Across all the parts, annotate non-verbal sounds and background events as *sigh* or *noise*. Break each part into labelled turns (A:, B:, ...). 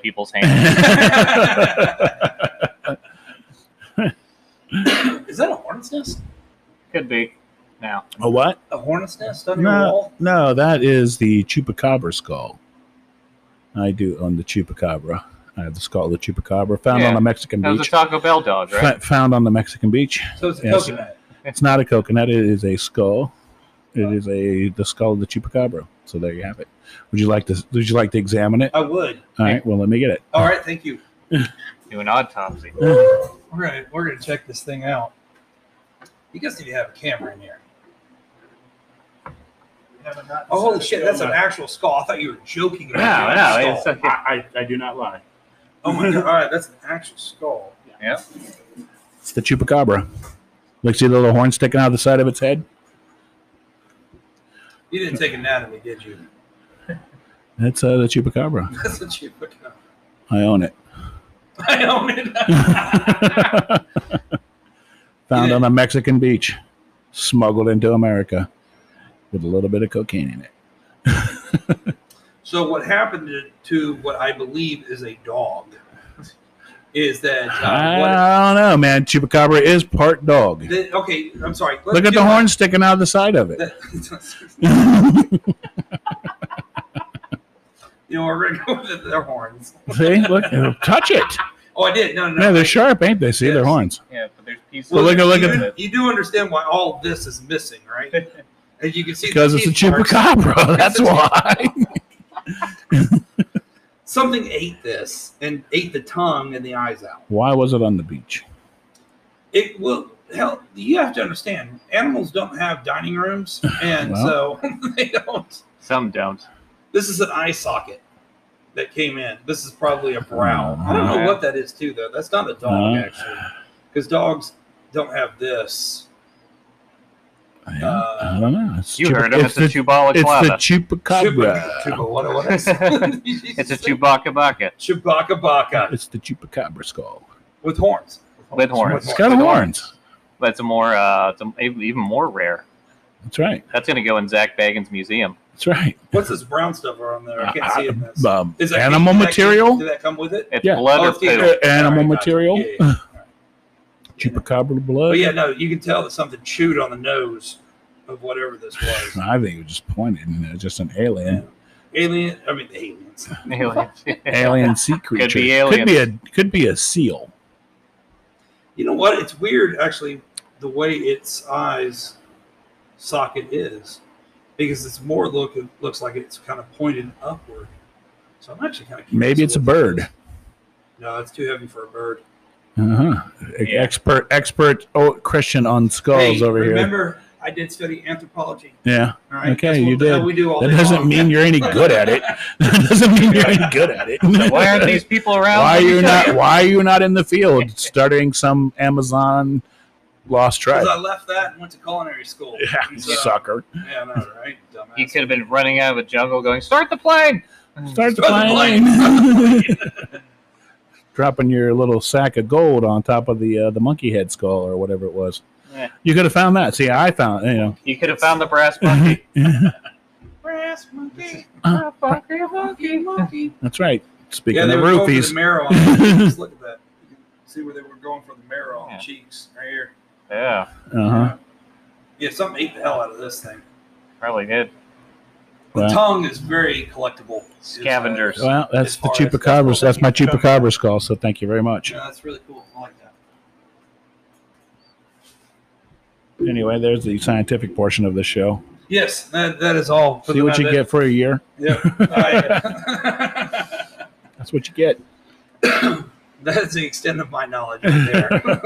A: people's
B: *laughs*
A: hands.
C: Is that a hornet's nest?
A: Could be. Now,
B: A what?
C: A hornet's nest on your
B: No,
C: wall?
B: no, that is the chupacabra skull. I do own the chupacabra. I have the skull of the chupacabra found on
A: Yeah.
B: a Mexican
A: that was a
B: beach.
A: Taco Bell dog, right?
B: Fa- found on the Mexican beach.
C: So it's a
B: Yes.
C: coconut.
B: It's not a coconut. It is a skull. It is a the skull of the chupacabra. So there you have it. Would you like to? Would you like to examine it?
C: I would.
B: All right. Well, let me get it.
C: All right, thank you.
A: Do an autopsy.
C: We're gonna we're gonna check this thing out. You guys need to have a camera in here. Oh holy shit, that's an actual skull. I thought you were joking
A: No,
C: about
A: no,
C: the
A: it's
C: skull.
B: I, I, I do not lie.
C: *laughs*
A: *laughs*
C: Oh my god, all right, that's an actual skull.
A: yeah.
B: It's the chupacabra. Like see the little horn sticking out of the side of its head.
C: You didn't take anatomy, did you? *laughs*
B: That's uh, the chupacabra.
C: That's what you put up.
B: I own it.
C: *laughs* I own
A: *laughs*
C: it.
B: *laughs* Found
C: Yeah.
B: on a Mexican beach, smuggled into America, with a little bit of cocaine in it.
C: so what happened to, to what I believe is a dog is that uh, what-
A: Ah.
B: I don't know, man. Chupacabra is part dog.
C: the- okay, I'm sorry. let's
B: Look at
C: do
B: the
C: my- *laughs*
B: horn sticking out of the side of it. *laughs*
C: you know, we're gonna go with their horns.
B: See, look, touch it.
C: Oh, I did. No, no, no.
B: Yeah, they're sharp, ain't they? See their
C: Yes.
B: horns.
A: Yeah, but there's pieces.
B: Well, look at- look
C: you,
B: at-
C: do- you do understand why all this is missing,
B: *laughs*
C: right? As you can see, the
B: Because it's a
C: teeth marks.
B: chupacabra. That's why.
C: Something ate this and ate the tongue and the eyes out.
B: Why was it on the beach?
C: It will. Hell, you have to understand. Animals don't have dining rooms,
B: *laughs*
C: and
B: Well.
C: so *laughs* they don't.
A: Some don't.
C: This is an eye socket that came in. This is probably a brow. I don't
B: Mm-hmm.
C: know
A: Yeah.
C: what that is too, though. That's not a dog,
B: Uh.
C: actually, because dogs don't have this.
B: I don't, I don't know. It's
A: You
B: chupa-
A: heard him. It's, a
B: the,
A: Chubala
B: it's the
A: Clava.
B: chupacabra.
C: Chupa, what, what
B: *laughs*
C: *laughs* is
A: It's a Chewbacca Baca.
C: Chewbacca Baca
B: It's the chupacabra skull.
C: with horns.
A: With horns.
B: It's got
A: With
B: horns.
A: That's a more, uh, it's a, even more rare.
B: That's right.
A: That's going to go in Zach Bagans Museum.
B: That's right.
C: What's this brown stuff around there? I can't see it. in this.
B: Um,
C: Is that-
B: animal
C: did that-
B: material.
C: Did that come with it?
A: It's
B: Yeah.
A: blood
C: Oh,
A: or
C: it's the-
A: poo.
B: Uh, animal
C: Sorry, gotcha.
B: material?
C: Yeah, yeah, yeah. Alright.
B: *laughs* Chupacabra
C: But
B: blood.
C: yeah, no, you can tell that something chewed on the nose of whatever this was.
B: *laughs* I think it was just pointed and it was just an alien,
C: Alien. I mean, aliens.
A: Aliens.
B: alien sea creature. Could be a could be a seal.
C: You know what? It's weird, actually, the way its eyes socket is, because it's more look it looks like it's kind of pointed upward. So I'm actually kind of curious
B: Maybe it's a
C: what that
B: bird.
C: is. No, it's too heavy for a bird.
B: Uh-huh.
A: Yeah.
B: Expert, expert, oh, Christian on skulls
C: Hey,
B: over here.
C: remember, I did study anthropology.
B: Yeah,
C: All right,
B: Okay,
C: That's what
B: you
C: the hell
B: did.
C: We do all
B: that
C: day
B: doesn't
C: long.
B: mean you're
C: *laughs*
B: any good at it. *laughs* That doesn't mean you're any good at
A: *laughs*
B: it.
A: Why aren't
B: *laughs*
A: these people around?
B: Why are
A: Let me
B: you
A: tell *laughs*
B: not? Why are you not in the field starting some Amazon lost
C: 'Cause
B: tribe?
C: I left that and went to culinary school.
B: Yeah,
C: And so-
B: sucker.
C: Yeah, no, right, dumbass.
A: You could have been running out of a jungle going, start the plane!
B: Start the
C: Start the
B: plane. *laughs* Dropping your little sack of gold on top of the uh, the monkey head skull or whatever it was.
A: Yeah.
B: You could have found that. See, I found you know.
A: You could have found the brass
B: *laughs*
A: monkey. brass monkey.
B: Uh,
A: monkey, monkey, monkey.
B: That's right. Speaking
C: yeah, they
B: of
C: were going for
B: roofies,
C: the marrow.
B: *laughs*
C: On the cheeks. Look at that. You can see where they were going for the marrow on
A: Yeah.
C: the cheeks right here.
A: Yeah,
B: uh huh.
C: Yeah, something ate the hell out of this thing.
A: probably did.
C: The
B: Wow.
C: tongue is very collectible. It's, uh,
A: Scavengers.
B: Well, that's
C: As
B: the
C: far as-
B: chupacabras.
C: that's
B: That's my
C: what they-
B: chupacabra skull. So thank you very much.
C: yeah, that's really cool. I like that.
B: Anyway, there's the scientific portion of the show.
C: Yes, that, that is all. for
B: See
C: the
B: what you
C: minute.
B: get for a year. *laughs*
C: Yep. I- *laughs*
B: That's what you get.
C: That's the extent of my knowledge
B: *laughs*
C: right there.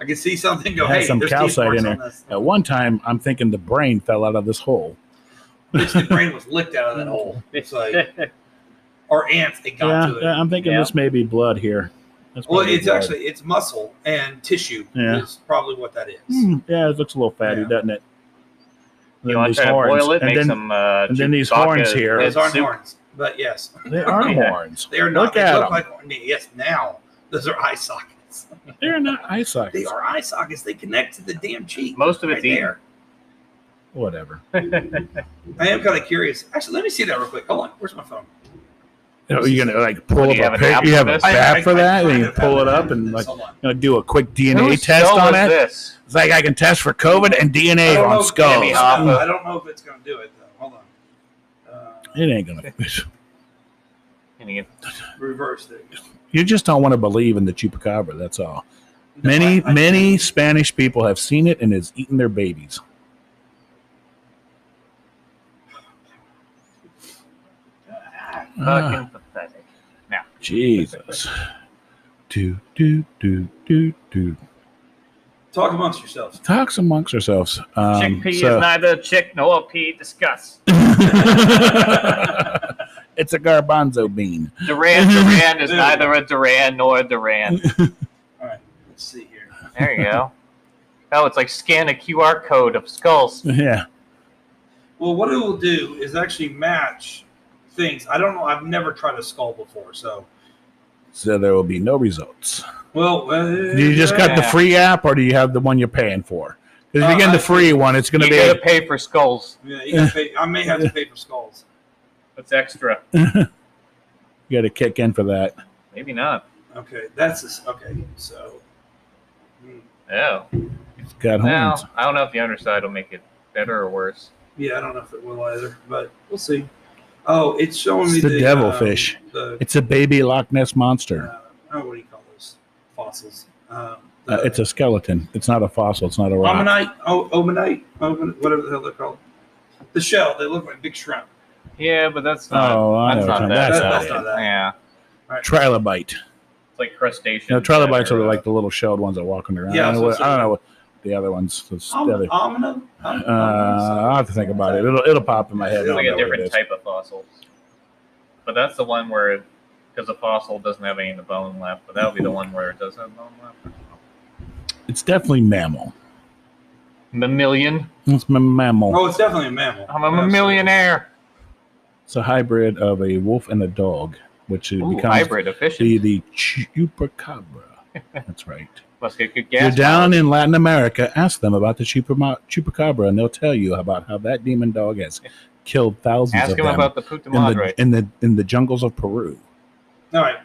C: I can see something go.
B: It has
C: Hey,
B: some
C: there's teeth
B: calcite
C: marks
B: in
C: on this.
B: At one time, I'm thinking the brain fell out of this hole.
C: Bitch, the brain was licked out of that hole. It's
A: *laughs*
C: like, or ants, it got
B: Yeah,
C: to it.
B: yeah, I'm thinking
A: Yeah.
B: this may be blood here. That's
C: Well,
B: probably
C: it's
B: blood.
C: actually it's muscle and tissue
B: Yeah.
C: is probably what that is.
B: Hmm, yeah, it looks a little fatty,
C: Yeah.
B: doesn't it?
A: You
B: And then
A: want
B: these
A: to try to
B: horns.
A: boil it,
B: and
A: make
B: then
A: some. Uh,
B: and then these
A: Chewbacca
B: horns here.
A: head
C: Those aren't
A: soup.
C: horns, but yes,
B: they are
A: Yeah.
B: horns.
C: they are not.
B: Look
C: they
B: at
C: look
B: 'em.
C: like yes. Now those are eye sockets.
B: They're not eye
C: They
B: sockets.
C: are eye sockets. They connect to the damn cheek.
A: Most of
C: right
A: it's eaten.
C: there.
B: Whatever.
C: I am kind of curious. Actually, let me see that real quick. Hold on. Where's my phone?
B: You know, you're gonna like pull
D: do
B: up
D: you have
B: a
D: an
B: pic.
D: app
B: You
D: for
B: have a
D: this?
B: app
C: I-
B: for
C: I-
B: that,
C: I
B: and you
C: have
B: pull it
C: that.
B: up and like
C: Hold on.
B: you know, do a quick DNA
D: Whose
B: test
D: skull
B: on
D: is
B: it.
D: This?
B: It's like I can test for COVID and
C: I
B: DNA
C: don't know
B: on
C: if it's gonna
B: skulls.
D: be
C: do it.
D: Hopper.
C: I don't know if it's going to do it though. Hold on. Uh,
B: It ain't *laughs* gonna.
D: And you-
C: reverse it.
B: You just don't want to believe in the chupacabra. That's all.
C: No,
B: Many,
C: I- I-
B: many Spanish people have seen it and it's eaten their babies.
C: Ah,
B: Ah,
D: Fucking pathetic.
B: Jesus. Do, do, do, do, do.
C: Talk amongst yourselves.
B: Talks amongst ourselves. Um,
D: Chickpea
B: so-
D: is neither a chick nor a pea. Discuss.
B: *laughs* it's a garbanzo bean. *laughs*
D: Duran Duran is
C: Dude.
D: neither a Duran nor a Duran.
C: All right, let's see here.
D: There you go. Oh, it's like scan a QR code of skulls.
B: Yeah.
C: Well, what it will do is actually match things. I don't know. I've never tried a skull before, so
B: So there will be no results.
C: well. Uh,
B: You just got the
D: Yeah. Oh,
B: free app, or do you have the one you're paying for? Because if
C: Uh,
B: you get
C: I-
B: the free one, it's going to
D: You
B: be.
D: gotta pay for skulls.
C: Yeah, you gotta pay, I may have to pay for skulls.
D: That's extra.
B: you got to kick in for that.
D: Maybe not.
C: Okay, that's this. Okay, so hmm,
D: Oh.
B: It's got
D: Well,
B: horns.
D: I don't know if the underside will make it better or worse.
C: yeah, I don't know if it will either, but we'll see. Oh, it's showing me
B: It's the
C: the
B: devilfish.
C: um, the
B: It's a baby Loch Ness monster.
C: uh, oh, what do you call those fossils? Um,
B: Uh, it's a skeleton. It's not a fossil. It's not a rock.
C: omanite, o- omanite, oman- whatever the hell they're called. The shell. They look like big shrimp.
D: Yeah, but that's not.
B: Oh, I know.
D: that's
B: what
D: not
B: you're-
D: that.
B: That's
C: That's
B: not it.
C: not that.
D: Yeah,
B: Trilobite.
D: it's like crustacean.
B: You know, trilobites are like the little shelled ones that walk around.
C: Yeah,
B: I, don't know what,
C: that's what I'm
B: I don't know what the other ones. That's the other.
C: Omen, omen, omen,
B: Uh, I'll have to think about it. It'll it'll pop in my head.
D: It's
B: I don't
D: like a
B: know what it
D: different
B: is.
D: type of fossil. But that's the one where, because the fossil doesn't have any of the bone left, but that'll be the one where it does have bone left.
B: It's definitely mammal.
D: Mammalian.
B: It's a mammal.
C: Oh, it's definitely a mammal.
D: I'm a
C: Absolutely.
D: millionaire.
B: It's a hybrid of a wolf and a dog, which it
D: Ooh,
B: becomes
D: hybrid efficient.
B: the the chupacabra. That's right.
D: Must get good
B: If You're
D: gas.
B: down in Latin America. Ask them about the chupama- chupacabra, and they'll tell you about how that demon dog has killed thousands
D: Ask
B: of
D: him
B: them
D: about the Puta
B: in the
D: Madre.
B: in the in the jungles of Peru.
C: All right.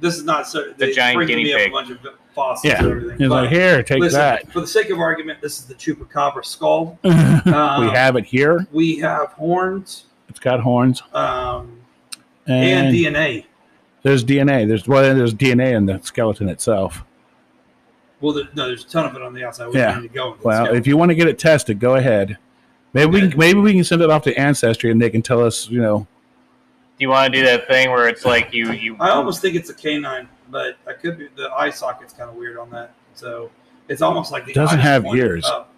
C: This is not so.
D: The
C: they
D: giant
C: freaking
D: guinea
C: me up
D: pig.
C: A bunch of fossils
B: Yeah.
C: and everything.
B: He's
C: but
B: like, here, take
C: listen,
B: that. *laughs*
C: For the sake of argument, this is the chupacabra skull.
B: we
C: Um,
B: have it here.
C: We have horns
B: It's got horns
C: um,
B: and,
C: and, DNA.
B: there's DNA. There's well, there's DNA in the skeleton itself.
C: Well, there, no, there's a ton of it on the outside. We
B: Yeah.
C: don't need to go. into
B: Well,
C: this.
B: if you want to get it tested, go ahead. Maybe we can, maybe we can send it off to ancestry and they can tell us. You know,
D: Do you want to do that thing where it's like you you
C: I almost think it's a canine, but I could be the eye socket's kind of weird on that. So it's almost like the
B: Doesn't
C: eye's
B: have
C: pointed
B: ears.
C: up.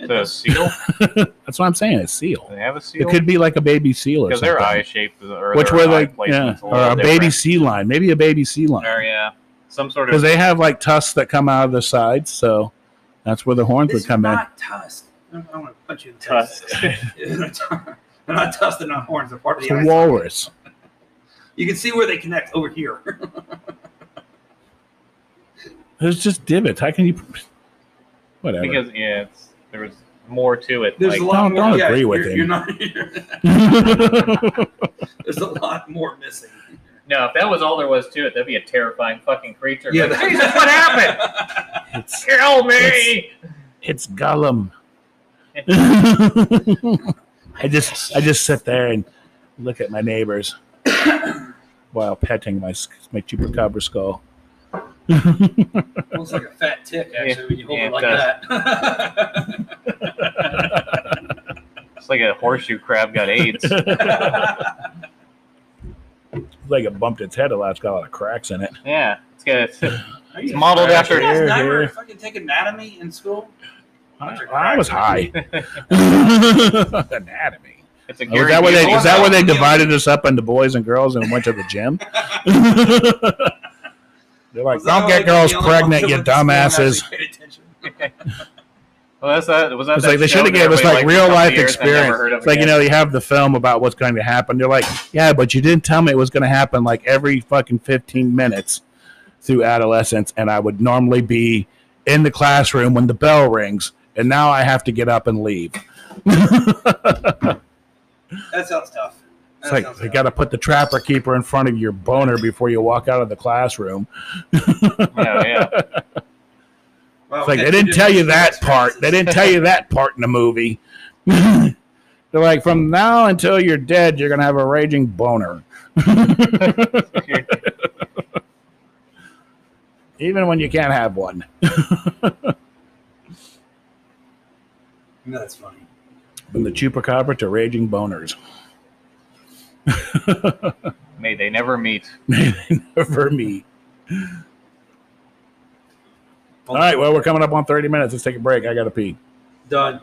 C: It
D: the
C: does.
D: seal?
B: that's what I'm saying. It's seal.
D: Do they have a seal?
B: It could be like a baby seal or
D: because
B: something.
D: their eye shape is- or
B: which
D: their
B: were
D: eye
B: like yeah,
D: placement's a
B: or
D: little
B: a baby
D: different.
B: sea lion, maybe a baby sea lion,
D: Or, yeah, some sort
B: because
D: of *laughs*
B: they have like tusks that come out of the sides, so that's where the horns
C: This
B: would
C: is
B: come in.
C: not tusk. I don't want to punch you in the face.
D: tusk.
C: *laughs* they're not tusks. They're not horns. They're part of
B: It's
C: the
B: a
C: eye.
B: walrus.
C: You can see where they connect over here. *laughs*
B: There's just divots. How can you? Whatever.
D: because yeah, it's, there was more to it.
C: There's
D: like,
C: a lot
B: don't-
C: more.
B: don't
C: yeah,
B: agree with
C: you're,
B: him.
C: You're not, *laughs*
B: *laughs*
C: there's a lot more missing.
D: No, if that was all there was to it, that'd be a terrifying fucking creature. *laughs* Yeah,
C: that-
D: Jesus, what happened?
C: *laughs*
B: it's
D: *laughs* Kill me!
B: it's Gollum. *laughs* I just I just sit there and look at my neighbors *coughs* while petting my s- my chupacabra skull. *laughs*
C: Looks like a fat tick, actually,
D: Yeah.
C: when you hold
D: Yeah,
C: it
D: it
C: like
D: It's like a horseshoe crab got
B: *laughs*
D: AIDS.
C: that.
B: Like it bumped its head a lot. It's got a lot of cracks in it.
D: yeah, it's got a
C: Are you-
D: modeled
C: you
D: after-
C: guys
B: Here,
C: never
B: here.
C: fucking take anatomy in school?
B: I,
C: Bunch of
B: I was high. *laughs*
C: cracks.
D: *laughs*
B: Anatomy.
D: it's a
B: Oh,
D: Gary
B: is that where they
D: Busey
B: is that where they
C: Yeah.
B: divided us up into boys and girls and went to the gym? *laughs* They're like,
C: Was that
B: don't get
C: like
B: girls
C: the *laughs* only ones
B: pregnant,
C: that
B: you
C: went to school and
B: dumbasses.
C: actually paid attention?
D: Well, that's that. Was that?
B: It's
D: that
B: like they
D: show
B: should have
D: that
B: gave us
D: everybody
B: like
D: liked
B: real
D: for a
B: life
D: couple years and I never
B: experience.
D: heard of
B: It's like you
D: again?
B: know, you have the film about what's going to happen. They're like, yeah, but you didn't tell me it was going to happen like every fucking fifteen minutes through adolescence, and I would normally be in the classroom when the bell rings, and now I have to get up and leave.
C: That sounds tough.
B: It's like you got to put the trapper keeper in front of your boner before you walk out of the classroom.
D: *laughs* Yeah, yeah.
C: Well,
B: It's like
C: if
B: they didn't tell you that
C: experience
B: part. They
C: it,
B: didn't tell you that part in the movie. *laughs* They're like, from now until you're dead, you're gonna have a raging boner. Even when you can't have one.
C: That's funny.
B: From the chupacabra to raging boners. *laughs*
D: May they never *laughs*
B: *laughs*
D: meet.
B: May they never meet. All right, well, we're coming up on 30 minutes. Let's take a break. I gotta pee.
C: Done.